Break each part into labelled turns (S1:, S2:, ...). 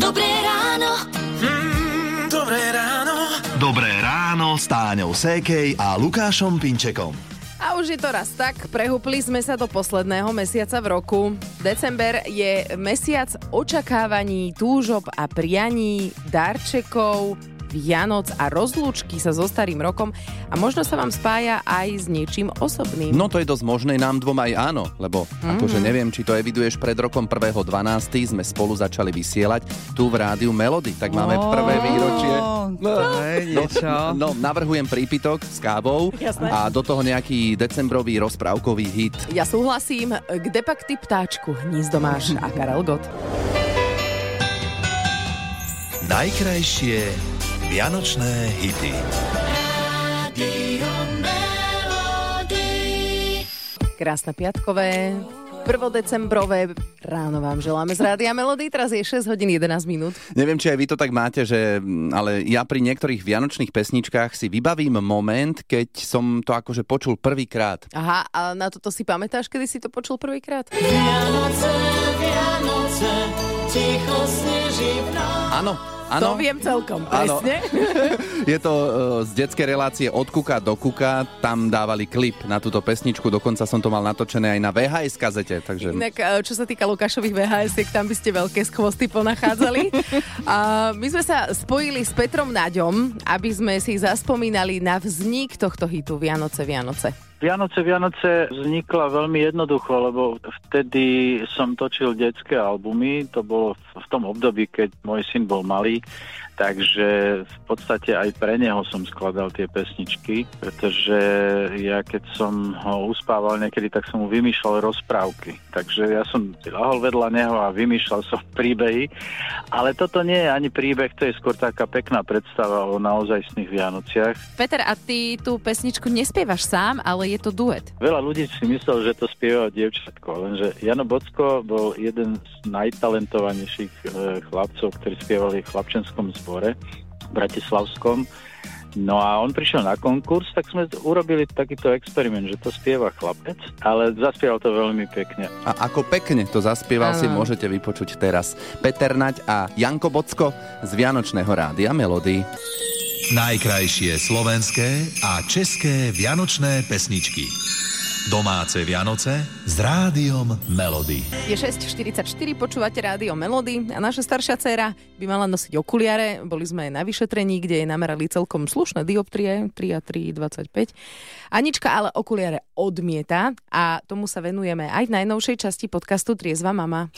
S1: Dobré ráno.
S2: Mm, dobré ráno.
S3: Dobré ráno s Táňou Sékej a Lukášom Pinčekom.
S4: A už je to raz tak, prehúpli sme sa do posledného mesiaca v roku. December je mesiac očakávaní, túžob a prianí, darčekov, Vianoc a rozlúčky sa so starým rokom a možno sa vám spája aj s niečím osobným.
S5: No to je dosť možné, nám dvom aj áno, lebo mm-hmm. akože neviem, či to eviduješ pred rokom 1.12. sme spolu začali vysielať tu v rádiu Melody, tak máme prvé výročie.
S6: to je niečo.
S5: no, navrhujem prípitok s kávou a do toho nejaký decembrový rozprávkový hit.
S4: Ja súhlasím, kde pak ty ptáčku, hnízdo máš a Karel Gott.
S3: Najkrajšie vianočné hity.
S1: Rádio Melody.
S4: Krásne piatkové, prvodecembrové ráno vám želáme z Rádia Melody. Teraz je 6 hodín 11 minút.
S5: Neviem, či aj vy to tak máte, že, mm, ale ja pri niektorých vianočných pesničkách si vybavím moment, keď som to akože počul prvýkrát.
S4: Aha, a na toto si pamätáš, kedy si to počul prvýkrát?
S1: Vianoce, Vianoce, ticho sneží v noci.
S5: Áno,
S4: To
S5: áno.
S4: viem celkom,
S5: Áno.
S4: presne.
S5: Je to e, z detskej relácie Od kuka do kuka, tam dávali klip na túto pesničku, dokonca som to mal natočené aj na VHS kazete, takže...
S4: Inak, e, čo sa týka Lukášových VHS, tam by ste veľké skvosty ponachádzali. A my sme sa spojili s Petrom Naďom, aby sme si zaspomínali na vznik tohto hitu Vianoce, Vianoce.
S7: Vianoce, Vianoce vznikla veľmi jednoducho, lebo vtedy som točil detské albumy, to bolo v- v tom období, keď môj syn bol malý, takže v podstate aj pre neho som skladal tie pesničky, pretože ja keď som ho uspával niekedy, tak som mu vymýšľal rozprávky. Takže ja som si lahol vedľa neho a vymýšľal som príbehy, ale toto nie je ani príbeh, to je skôr taká pekná predstava o naozajstných Vianociach.
S8: Peter, a ty tú pesničku nespievaš sám, ale je to duet.
S7: Veľa ľudí si myslel, že to spieva dievčatko, lenže Jano Bocko bol jeden z najtalentovanejších e, chlapcov, ktorí spievali v chlapčenskom zbore bratislavskom. No a on prišiel na konkurs, tak sme urobili takýto experiment, že to spieva chlapec, ale zaspieval to veľmi pekne.
S5: A ako pekne to zaspieval, si
S4: Áno.
S5: môžete vypočuť teraz Peter Naď a Janko Bocko z Vianočného rádia Melody.
S3: Najkrajšie slovenské a české vianočné pesničky. Domáce Vianoce s rádiom Melody.
S4: Je 6.44, počúvate rádio Melody a naša staršia dcéra by mala nosiť okuliare. Boli sme na vyšetrení, kde jej namerali celkom slušné dioptrie, 3 a 3, 25. Anička ale okuliare odmieta a tomu sa venujeme aj v najnovšej časti podcastu Triezva mama.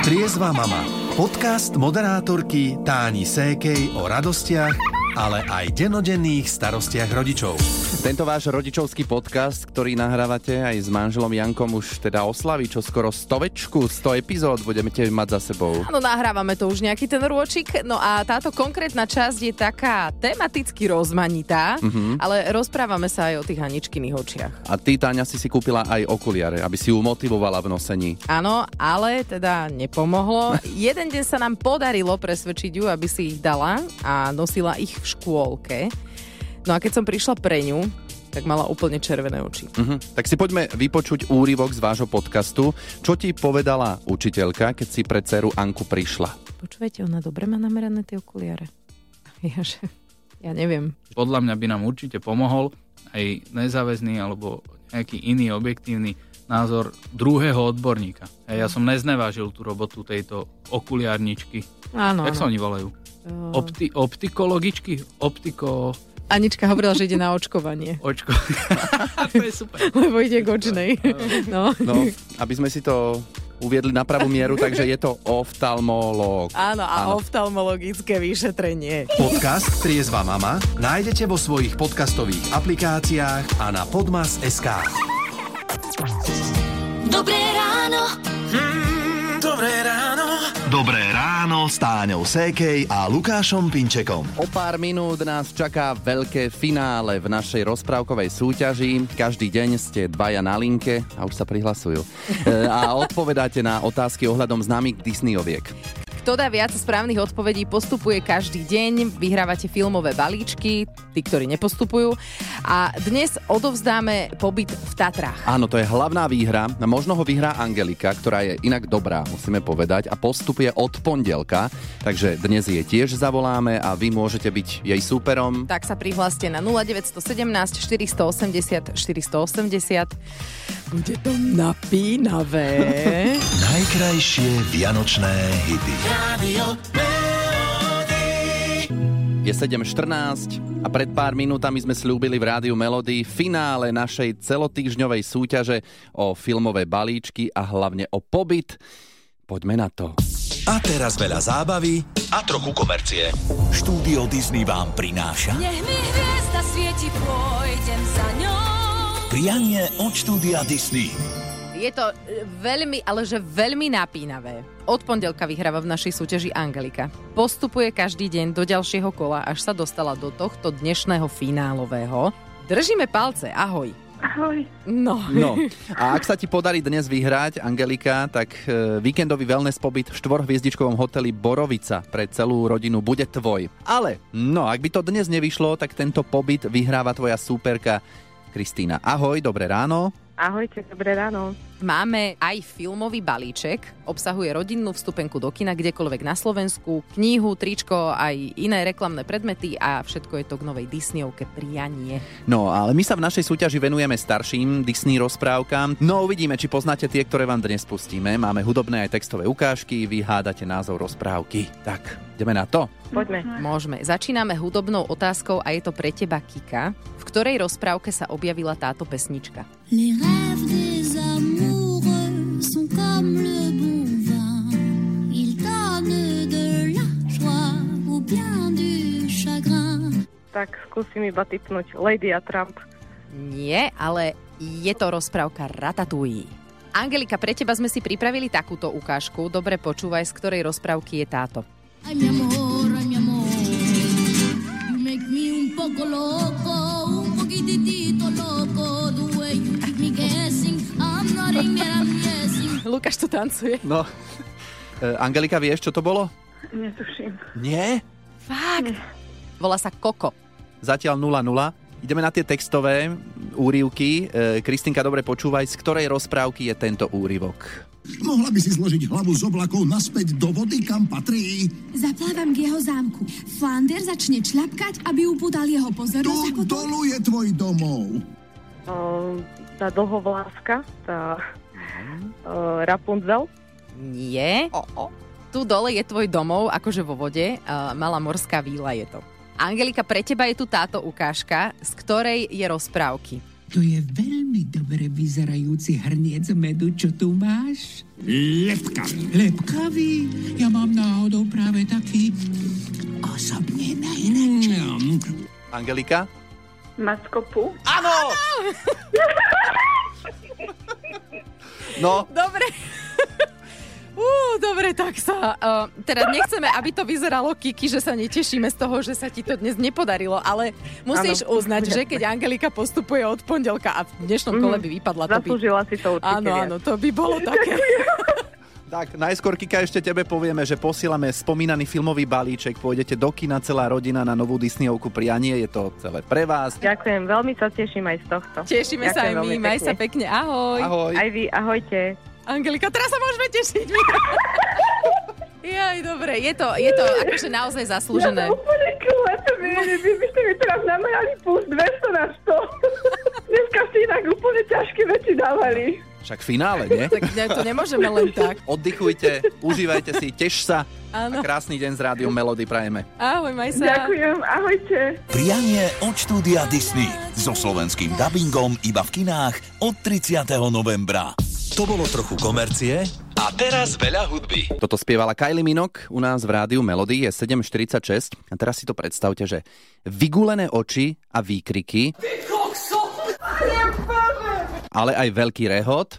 S3: Triezva mama. Podcast moderátorky Táni Sékej o radostiach, ale aj denodenných starostiach rodičov.
S5: Tento váš rodičovský podcast, ktorý nahrávate aj s manželom Jankom, už teda oslaví čo skoro stovečku, 100 epizód budeme tiež mať za sebou.
S4: Áno, nahrávame to už nejaký ten rôčik. No a táto konkrétna časť je taká tematicky rozmanitá, ale rozprávame sa aj o tých Aničkyných očiach.
S5: A ty, Táňa, si si kúpila aj okuliare, aby si ju motivovala v nosení.
S4: Áno, ale teda nepomohlo. Jeden deň sa nám podarilo presvedčiť ju, aby si ich dala a nosila ich v škôlke. No a keď som prišla pre ňu, tak mala úplne červené oči.
S8: Mm.
S5: Mhm. Tak si poďme vypočuť úryvok z vášho podcastu. Čo ti povedala učiteľka, keď si pre dceru Anku prišla?
S8: Počúvajte, ona dobre má namerané tie okuliare. Ja, že...
S4: Ja neviem.
S9: podľa mňa by nám určite pomohol aj nezáväzný alebo nejaký iný objektívny názor druhého odborníka. Hej, Ja som neznevážil tú robotu tejto okuliarničky.
S8: Áno,
S9: Jak sa oni volajú? Opti- optikologičky? Optiko...
S8: Anička hovorila, že ide na očkovanie,
S9: Očko... to je super.
S8: lebo ide k očnej. No.
S5: No, aby sme si to uviedli na pravú mieru, takže je to oftalmológ.
S4: Áno, a oftalmologické vyšetrenie.
S3: Podcast Triezva mama nájdete vo svojich podcastových aplikáciách a na podmas.sk.
S1: Dobré ráno.
S2: Mm, dobré ráno.
S3: Dobré ráno s Táňou Sékej a Lukášom Pinčekom.
S5: O pár minút nás čaká veľké finále v našej rozprávkovej súťaži. Každý deň ste dvaja na linke a už sa prihlasujú. E, A odpovedáte na otázky ohľadom známych Disneyoviek.
S4: Kto dá viac správnych odpovedí, postupuje každý deň. Vyhrávate filmové balíčky, tí, ktorí nepostupujú. A dnes odovzdáme pobyt v Tatrách.
S5: Áno, to je hlavná výhra. Možno ho vyhrá Angelika, ktorá je inak dobrá, musíme povedať, a postup je od pondelka, takže dnes je tiež zavoláme a vy môžete byť jej súperom.
S4: Tak sa prihláste na 0917 480 480. Bude to napínavé.
S3: Najkrajšie vianočné hity.
S5: Je 7.14 a pred pár minútami sme slúbili v rádiu Melody finále našej celotýždňovej súťaže o filmové balíčky a hlavne o pobyt. Poďme na to.
S3: A teraz veľa zábavy a trochu komercie. Štúdio Disney vám prináša
S1: Nech mi hviezda svieti, pôjdem za ňou.
S3: prianie od štúdia Disney.
S4: Je to e, veľmi, ale že veľmi napínavé. Od pondelka vyhráva v našej súťaži Angelika. Postupuje každý deň do ďalšieho kola, až sa dostala do tohto dnešného finálového. Držíme palce, ahoj.
S10: Ahoj.
S4: No,
S5: No a ak sa ti podarí dnes vyhrať, Angelika, tak e, víkendový wellness pobyt v štvorhviezdičkovom hoteli Borovica pre celú rodinu bude tvoj. Ale, no, ak by to dnes nevyšlo, tak tento pobyt vyhráva tvoja súperka Kristýna. Ahoj, dobré ráno.
S10: Ahojte, dobré ráno.
S4: máme aj filmový balíček. Obsahuje rodinnú vstupenku do kina kdekoľvek na Slovensku, knihu, tričko, aj iné reklamné predmety a všetko je to k novej Disneyovke Prianie.
S5: No, ale my sa v našej súťaži venujeme starším Disney rozprávkam. No, uvidíme, či poznáte tie, ktoré vám dnes pustíme. Máme hudobné aj textové ukážky, vy hádate názov rozprávky. Tak, ideme na to.
S10: Poďme.
S4: Môžeme. Začíname hudobnou otázkou a je to pre teba Kika. V ktorej rozprávke sa objavila táto pesnička?
S1: Les rêves des amoureux sont comme le bon vin. Ils donnent de la joie ou bien du chagrin.
S10: Tak skúsim iba typnúť Lady a Trump.
S4: Nie, ale je to rozprávka Ratatouille. Angelika, pre teba sme si pripravili takúto ukážku. Dobre počúvaj, z ktorej rozprávky je táto.
S1: Ay, mi amor, ay, mi amor. You make me un poco loco, un poquitito loco. The way you keep me guessing, I'm not in it, I'm guessing.
S4: Lukáš to tancuje.
S5: No, e, Angelika, vieš, čo to bolo?
S10: Netuším.
S5: Nie?
S4: Hm. Volá sa Koko.
S5: Zatiaľ 0-0. Ideme na tie textové úrivky. E, Kristinka, dobre počúvaj, z ktorej rozprávky je tento úrivok?
S11: Mohla by si zložiť hlavu z oblakov naspäť do vody, kam patrí.
S1: Zaplávam k jeho zámku. Flander začne čľapkať, aby upútal jeho
S11: Tu
S1: pozornosť. ako to-
S11: dolu je tvoj domov.
S10: O, tá dlhovláska, tá Mhm. o, Rapunzel.
S4: Nie. O, o. Tu dole je tvoj domov, akože vo vode. a malá morská víla je to. Angelika, pre teba je tu táto ukážka, z ktorej je rozprávky.
S12: To je veľmi dobre vyzerajúci hrniec medu, čo tu máš.
S11: Lepkami.
S12: Lepkavý, ja mám náhodou práve taký osobne najradšej.
S5: Angelika?
S10: Maskopu.
S5: Áno! No,
S4: Dobre. Ú, dobre, tak sa... Uh, teda nechceme, aby to vyzeralo, Kiki, že sa netešíme z toho, že sa ti to dnes nepodarilo, ale musíš ano.
S10: Áno.
S4: uznať, že keď Angelika postupuje od pondelka a v dnešnom
S10: Mhm.
S4: kole by vypadla to by...
S10: Zaslúžila si to určite
S4: Áno,
S10: viac.
S4: áno, to by bolo také.
S5: Tak, najskôr Kika ešte tebe povieme, že posielame spomínaný filmový balíček, pôjdete do kina celá rodina na novú Disneyovku Prianie, je to celé pre vás.
S10: Ďakujem, veľmi sa teším aj z tohto.
S4: Tešíme sa
S10: Ďakujem
S4: aj my,
S10: veľmi
S4: maj sa
S10: pekne.
S4: pekne, ahoj.
S5: Ahoj.
S10: Aj vy, ahojte.
S4: Angelika, teraz sa môžeme tešiť. Jaj, dobre, je to, je to akože naozaj zaslúžené.
S10: úplne kľúčem, vy by ste mi teraz namerali plus 200 na 100. Dneska ste inak úplne ťažké veci dávali.
S5: Však finále, nie?
S4: Tak ne, to nemôžeme len tak.
S5: Oddychujte, užívajte si, teš sa a
S4: Áno,
S5: krásny deň z Rádiom Melody prajeme.
S4: ahoj, maj sa.
S10: ahojte.
S11: Prianie od štúdia Disney so slovenským dubbingom iba v kinách od 30. novembra.
S3: To bolo trochu komercie a teraz veľa hudby.
S5: Toto spievala Kylie Minok u nás v Rádiu Melody, je 7.46 a teraz si to predstavte, že vygulené oči a výkriky, ale aj veľký rehot.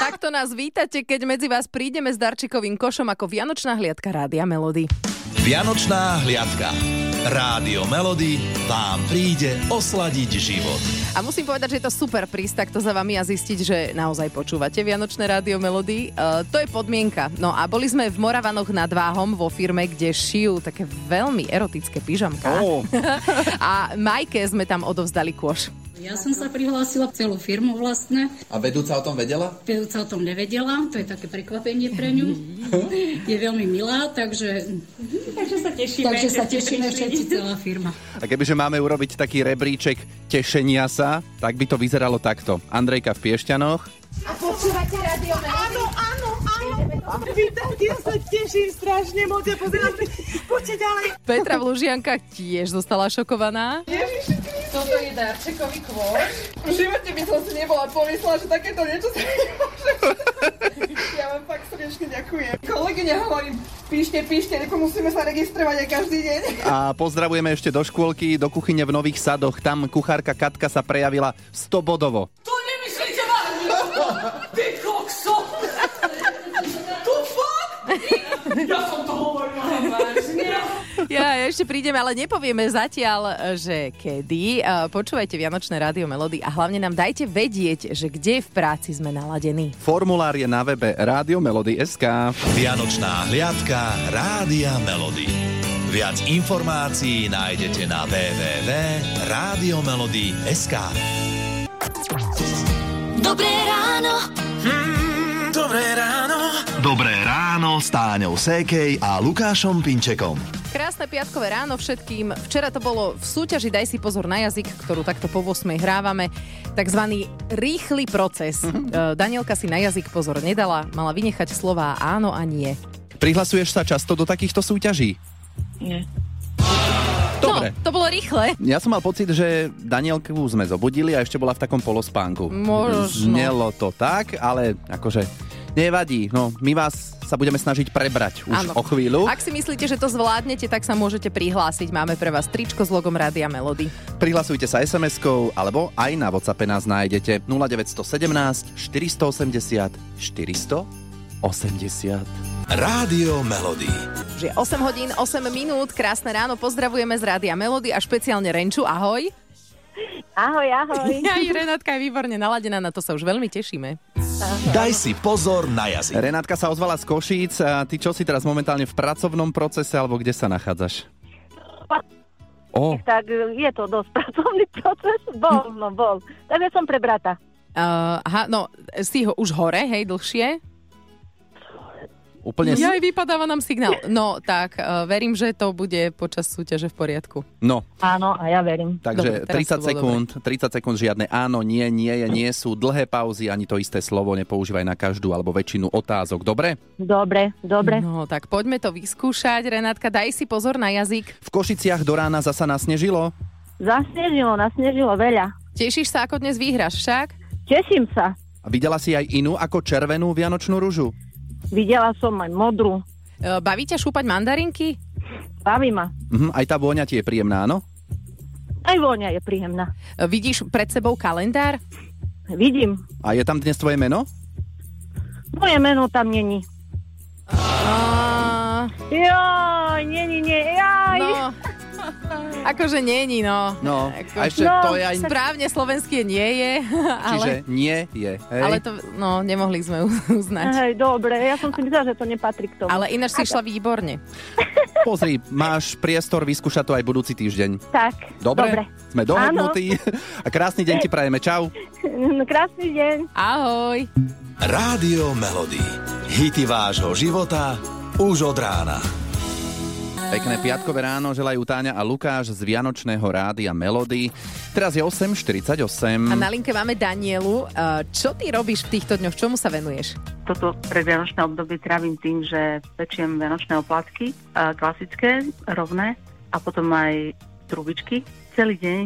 S4: Takto nás vítate, keď medzi vás prídeme s darčekovým košom ako Vianočná hliadka Rádia Melody.
S3: Vianočná hliadka.
S11: Rádio Melody vám príde osladiť život.
S4: A musím povedať, že je to super prísť takto za vami a zistiť, že naozaj počúvate Vianočné rádio Melody. E, to je podmienka. No a boli sme v Moravanoch nad Váhom vo firme, kde šijú také veľmi erotické pyžamka.
S5: Oh.
S4: a Majke sme tam odovzdali kôš.
S13: Ja som sa prihlásila celú firmu vlastne.
S5: A vedúca o tom vedela?
S13: Pevca o tom nevedela, to je také prekvapenie pre ňu. Je veľmi milá, takže... Takže sa tešíme. Takže sa tešíme všetci, celá firma.
S5: A kebyže máme urobiť taký rebríček tešenia sa, tak by to vyzeralo takto. Andrejka v Piešťanoch.
S14: A počúvate rádio Áno, áno, áno. Vítam, ja sa teším strašne moc a pozerám, poďte ďalej.
S4: Petra v Lužiankách tiež zostala šokovaná.
S15: Ježiši, toto je darčekový kôš. V živote by som si nebola pomyslela, že takéto niečo sa nemôže. Ja vám fakt srdečne ďakujem. Kolegyňa hovorím, píšte, píšte, lebo musíme sa registrovať aj každý deň.
S5: A pozdravujeme ešte do škôlky, do kuchyne v Nových Sadoch. Tam kuchárka Katka sa prejavila 100 bodovo.
S15: To nemyslíte vážne! Ty kokso! To fakt? Ja som to hovorila vážne.
S4: Ja ešte prídem, ale nepovieme zatiaľ, že kedy. Eh, Počúvajte Vianočné rádio Melody a hlavne nám dajte vedieť, že kde v práci sme naladení.
S5: Formulár je na webe Rádio Melody SK.
S11: Vianočná hliadka Rádia Melody. Viac informácií nájdete na www.radiomelody.sk
S1: Dobré ráno.
S2: Mm, dobré ráno.
S11: Dobré ráno s Táňou Sékej a Lukášom Pinčekom.
S4: Krásne piatkové ráno všetkým. Včera to bolo v súťaži Daj si pozor na jazyk, ktorú takto po 8 hrávame. Takzvaný rýchly proces. E, Danielka si na jazyk pozor nedala, mala vynechať slová áno a nie.
S5: Prihlasuješ sa často do takýchto súťaží?
S15: Nie.
S5: Dobre.
S4: No, to bolo rýchle.
S5: Ja som mal pocit, že Danielku sme zobudili a ešte bola v takom polospánku.
S4: Možno.
S5: Znelo to tak, ale akože nevadí. No, my vás sa budeme snažiť prebrať už
S4: Áno.
S5: o chvíľu.
S4: Ak si myslíte, že to zvládnete, tak sa môžete prihlásiť. Máme pre vás tričko s logom Rádia Melody.
S5: Prihlasujte sa SMS-kou alebo aj na WhatsAppe nás nájdete 0917 480 480.
S11: Rádio Melody.
S4: Že 8 hodín, 8 minút, krásne ráno, pozdravujeme z Rádia Melody a špeciálne Renču, ahoj.
S16: Ahoj, ahoj.
S4: Aj Renátka je výborne naladená, na to sa už veľmi tešíme.
S11: Daj si pozor na jazyk.
S5: Renátka sa ozvala z Košíc a ty čo si teraz momentálne v pracovnom procese alebo kde sa nachádzaš? O,
S16: Tak e, je to dosť pracovný proces. Bol, no bol. Tak ja som pre brata.
S4: Uh, aha, no, si ho už hore, hej, dlhšie.
S5: úplne...
S4: Jaj, vypadáva nám signál. No, tak, uh, verím, že to bude počas súťaže v poriadku.
S5: No,
S16: Áno, a ja verím.
S5: takže
S4: Dobre, teraz
S5: 30
S4: to bolo
S5: sekúnd, 30 sekúnd žiadne áno, nie, nie, je, nie sú dlhé pauzy, ani to isté slovo nepoužívaj na každú alebo väčšinu otázok, dobre?
S16: Dobre, dobre.
S4: No, tak poďme to vyskúšať. Renátka, daj si pozor na jazyk.
S5: V Košiciach do rána zasa nasnežilo?
S16: Zasnežilo, nasnežilo veľa.
S4: Tešíš sa, ako dnes vyhráš však?
S16: Teším sa.
S5: A Videla si aj inú ako červenú vianočnú ružu?
S16: Videla som aj modrú.
S4: E, Baví ťa šúpať mandarinky?
S16: Baví ma.
S5: Mhm, aj tá vôňa ti je príjemná, áno?
S16: Aj vôňa je príjemná.
S4: E, Vidíš pred sebou kalendár?
S16: Vidím.
S5: A je tam dnes tvoje meno?
S16: Moje meno tam není.
S4: A...
S16: Joj, není, nie, jaj.
S4: No, akože není, no.
S5: No,
S4: Ako-
S5: a ešte to je aj...
S4: Správne slovenské nie je,
S5: Čiže
S4: ale,
S5: nie je, hej?
S4: ale to, no, nemohli sme uznať.
S16: Hej, dobre, ja som si myslela, že to nepatrí k tomu.
S4: Ale ináč si išla výborne.
S5: Pozri, máš priestor vyskúšať to aj budúci týždeň.
S16: Tak,
S5: Dobre?
S16: dobre.
S5: Sme dohodnutí. A krásny deň ti prajeme. Čau.
S16: Krásny deň.
S4: Ahoj.
S11: Rádio Melody. Hity vášho života už od rána.
S5: Pekné piatkové ráno želajú Táňa a Lukáš z Vianočného rádia Melody. Teraz je
S4: A
S5: 8.48.
S4: na linke máme Danielu. E, Čo ty robíš v týchto dňoch? Čomu sa venuješ?
S17: Toto predvianočné obdobie trávim tým, že pečiem vianočné oplatky, a klasické, rovné a potom aj trubičky. Celý deň,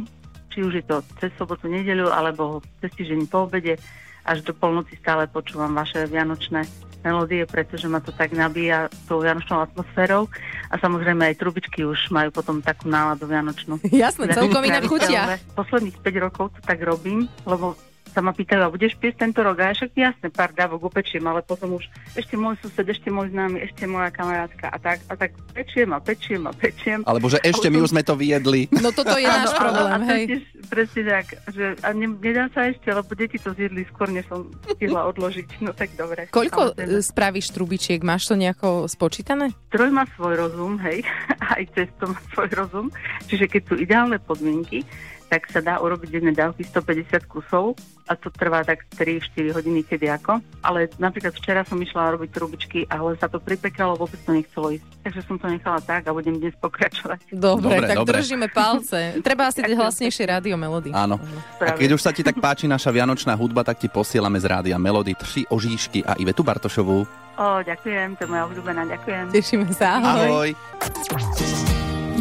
S17: či už je to cez sobotu, nedeľu alebo cez týždeň po obede, až do polnoci stále počúvam vaše vianočné melódie, pretože ma to tak nabíja tou vianočnou atmosférou a samozrejme aj trubičky už majú potom takú náladu vianočnú.
S4: Jasné, celkom inak
S17: Vianočné
S4: chutia.
S17: trávime. Posledných 5 rokov to tak robím, lebo sa ma pýtajú, a budeš piesť tento rok? A ja však jasne, pár dávok upečiem, ale potom už ešte môj sused, ešte môj známy, ešte moja kamarátka a tak, a tak pečiem a pečiem a pečiem.
S5: Alebo že ešte my už sme to vyjedli.
S4: No toto je náš problém,
S17: a, a, a
S4: hej.
S17: to tiež, presne tak, že a ne, nedá sa ešte, lebo deti to zjedli skôr, než som stihla odložiť, no tak dobre.
S4: Koľko e,
S17: Samozrejme.
S4: spravíš trubičiek? Máš to nejako spočítané?
S17: Troj má svoj rozum, hej, aj cesto má svoj rozum. Čiže keď sú ideálne podmienky, tak sa dá urobiť jedné dávky 150 kusov a to trvá tak 3-4 hodiny kedy ako. Ale napríklad včera som išla robiť trubičky, ale sa to pripekalo, vôbec to nechcelo ísť. Takže som to nechala tak a budem dnes pokračovať.
S4: Dobre,
S5: Dobre,
S4: tak
S5: dobre.
S4: držíme palce. Treba asi dať hlasnejšie rádio melody.
S5: Áno. A keď už sa ti tak páči naša vianočná hudba, tak ti posielame z rádia Melody tri ožíšky a Ivetu Bartošovú.
S17: O, ďakujem, to je moja obľúbená, ďakujem.
S4: Tešíme sa,
S5: Ahoj.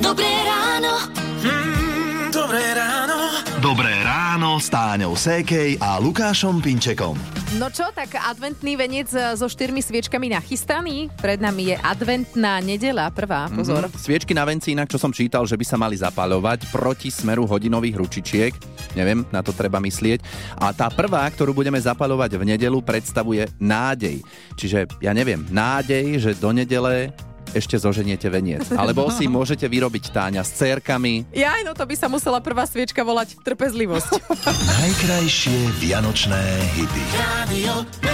S1: Dobré ráno.
S2: Dobré ráno.
S11: Dobré ráno s Táňou Sékej a Lukášom Pinčekom.
S4: No čo, tak adventný venec e, so štyrmi sviečkami nachystaný. Pred nami je adventná nedela, prvá, pozor.
S5: Mhm. Sviečky na venci, inak čo som čítal, že by sa mali zapaľovať proti smeru hodinových ručičiek. Neviem, na to treba myslieť. A tá prvá, ktorú budeme zapaľovať v nedelu, predstavuje nádej. Čiže, ja neviem, nádej, že do nedele ešte zoženiete veniec. Alebo si môžete vyrobiť táňa s cérkami.
S4: Ja, no to by sa musela prvá sviečka volať trpezlivosť.
S11: Najkrajšie vianočné hity.
S2: Radio